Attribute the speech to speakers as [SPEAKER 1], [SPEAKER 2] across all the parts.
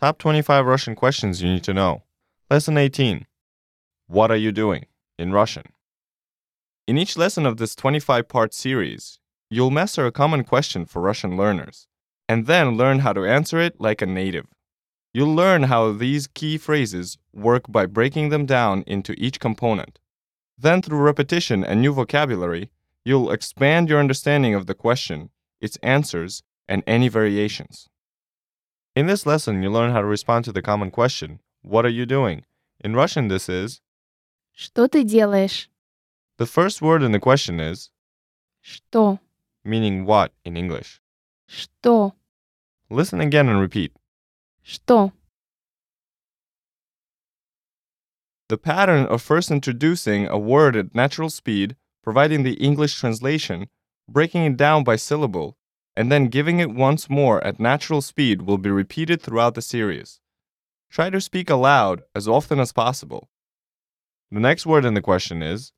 [SPEAKER 1] Top 25 Russian questions you need to know. Lesson 18 What are you doing? in Russian. In each lesson of this 25 part series, you'll master a common question for Russian learners, and then learn how to answer it like a native. You'll learn how these key phrases work by breaking them down into each component. Then, through repetition and new vocabulary, you'll expand your understanding of the question, its answers, and any variations. In this lesson, you learn how to respond to the common question, What are you doing? In Russian, this is
[SPEAKER 2] Что ты делаешь?
[SPEAKER 1] the first word in the question is
[SPEAKER 2] Что?
[SPEAKER 1] meaning what in English.
[SPEAKER 2] Что?
[SPEAKER 1] Listen again and repeat.
[SPEAKER 2] Что?
[SPEAKER 1] The pattern of first introducing a word at natural speed, providing the English translation, breaking it down by syllable, and then giving it once more at natural speed will be repeated throughout the series. Try to speak aloud as often as possible. The next word in the question is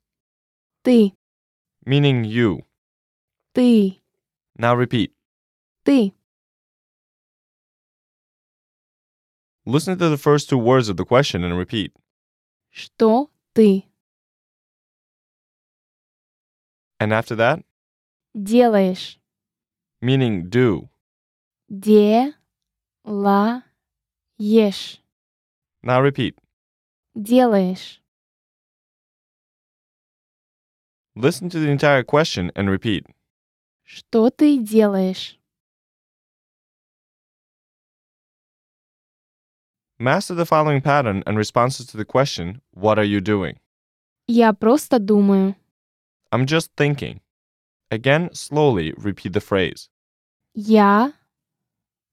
[SPEAKER 2] Ты,
[SPEAKER 1] meaning you.
[SPEAKER 2] ты,
[SPEAKER 1] Now repeat.
[SPEAKER 2] ты.
[SPEAKER 1] Listen to the first two words of the question and repeat.
[SPEAKER 2] Что ты
[SPEAKER 1] And after that,
[SPEAKER 2] делаешь?
[SPEAKER 1] meaning do.
[SPEAKER 2] Делаешь.
[SPEAKER 1] Now repeat.
[SPEAKER 2] Делаешь.
[SPEAKER 1] Listen to the entire question and repeat.
[SPEAKER 2] Что ты делаешь?
[SPEAKER 1] Master the following pattern and responses to the question, What are you doing?
[SPEAKER 2] Я просто думаю.
[SPEAKER 1] I'm just thinking. Again, slowly repeat the phrase.
[SPEAKER 2] Я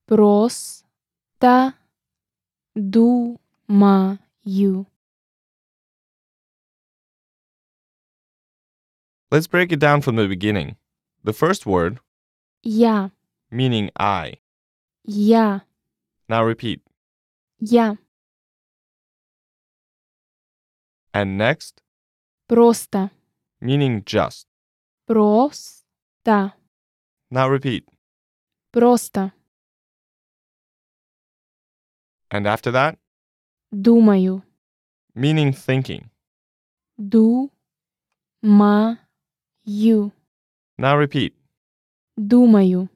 [SPEAKER 2] просто думаю.
[SPEAKER 1] Let's break it down from the beginning. The first word,
[SPEAKER 2] Я,
[SPEAKER 1] meaning I.
[SPEAKER 2] я,
[SPEAKER 1] Now repeat.
[SPEAKER 2] я
[SPEAKER 1] And next,
[SPEAKER 2] просто,
[SPEAKER 1] meaning just.
[SPEAKER 2] просто,
[SPEAKER 1] Now repeat.
[SPEAKER 2] просто
[SPEAKER 1] And after that,
[SPEAKER 2] думаю.
[SPEAKER 1] meaning thinking.
[SPEAKER 2] Думаю.
[SPEAKER 1] Now repeat.
[SPEAKER 2] Думаю.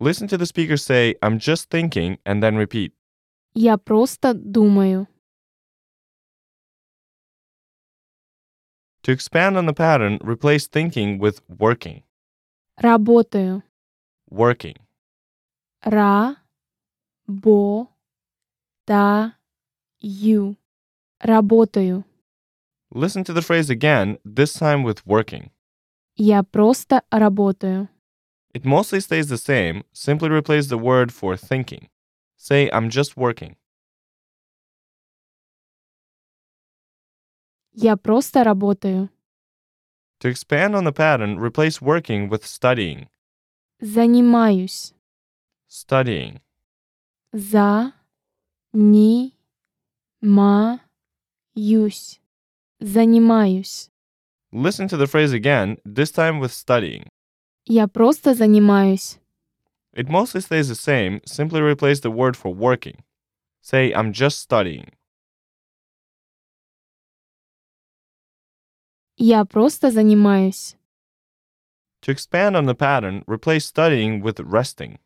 [SPEAKER 1] Listen to the speaker say, I'm just thinking, and then repeat.
[SPEAKER 2] Я просто думаю.
[SPEAKER 1] To expand on the pattern, replace thinking with working.
[SPEAKER 2] Работаю.
[SPEAKER 1] Working.
[SPEAKER 2] Ра-бо-та-ю. Работаю.
[SPEAKER 1] Listen to the phrase again, this time with working.
[SPEAKER 2] Я просто работаю.
[SPEAKER 1] It mostly stays the same, simply replace the word for thinking. Say, I'm just working.
[SPEAKER 2] Я просто работаю.
[SPEAKER 1] To expand on the pattern, replace working with studying.
[SPEAKER 2] Занимаюсь.
[SPEAKER 1] Studying.
[SPEAKER 2] За-ни-ма-юсь. Занимаюсь.
[SPEAKER 1] Listen to the phrase again, this time with studying.
[SPEAKER 2] Я просто занимаюсь.
[SPEAKER 1] It mostly stays the same, simply replace the word for working. Say, I'm just studying.
[SPEAKER 2] Я просто занимаюсь.
[SPEAKER 1] To expand on the pattern, replace studying with resting.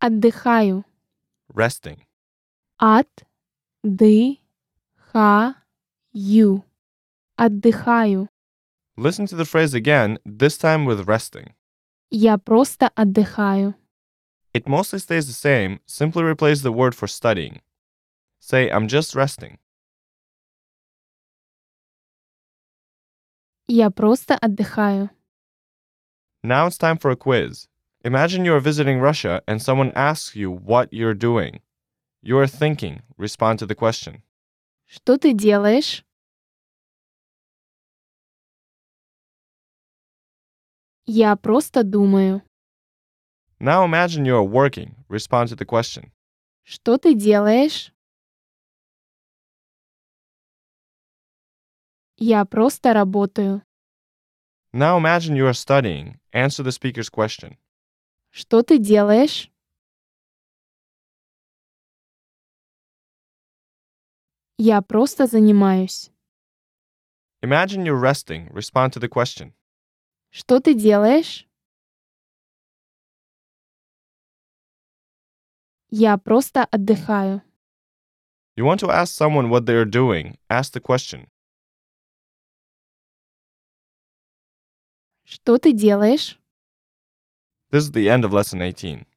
[SPEAKER 2] Отдыхаю.
[SPEAKER 1] Resting.
[SPEAKER 2] Отдыхаю. Отдыхаю.
[SPEAKER 1] Listen to the phrase again, this time with resting.
[SPEAKER 2] Я просто отдыхаю.
[SPEAKER 1] It mostly stays the same, simply replace the word for studying. Say, I'm just resting.
[SPEAKER 2] Я просто отдыхаю.
[SPEAKER 1] Now it's time for a quiz. Imagine you are visiting Russia and someone asks you what you're doing. You are thinking, respond to the question.
[SPEAKER 2] Что ты делаешь? Я просто думаю.
[SPEAKER 1] Now imagine you are working, respond to the question.
[SPEAKER 2] Что ты делаешь? Я просто работаю.
[SPEAKER 1] Now imagine you are studying, answer the speaker's question.
[SPEAKER 2] Что ты делаешь? Я просто занимаюсь.
[SPEAKER 1] Imagine you're resting. Respond to the question.
[SPEAKER 2] Что ты делаешь? Я просто отдыхаю.
[SPEAKER 1] You want to ask someone what they are doing. Ask the question.
[SPEAKER 2] Что ты делаешь?
[SPEAKER 1] This is the end of lesson 18.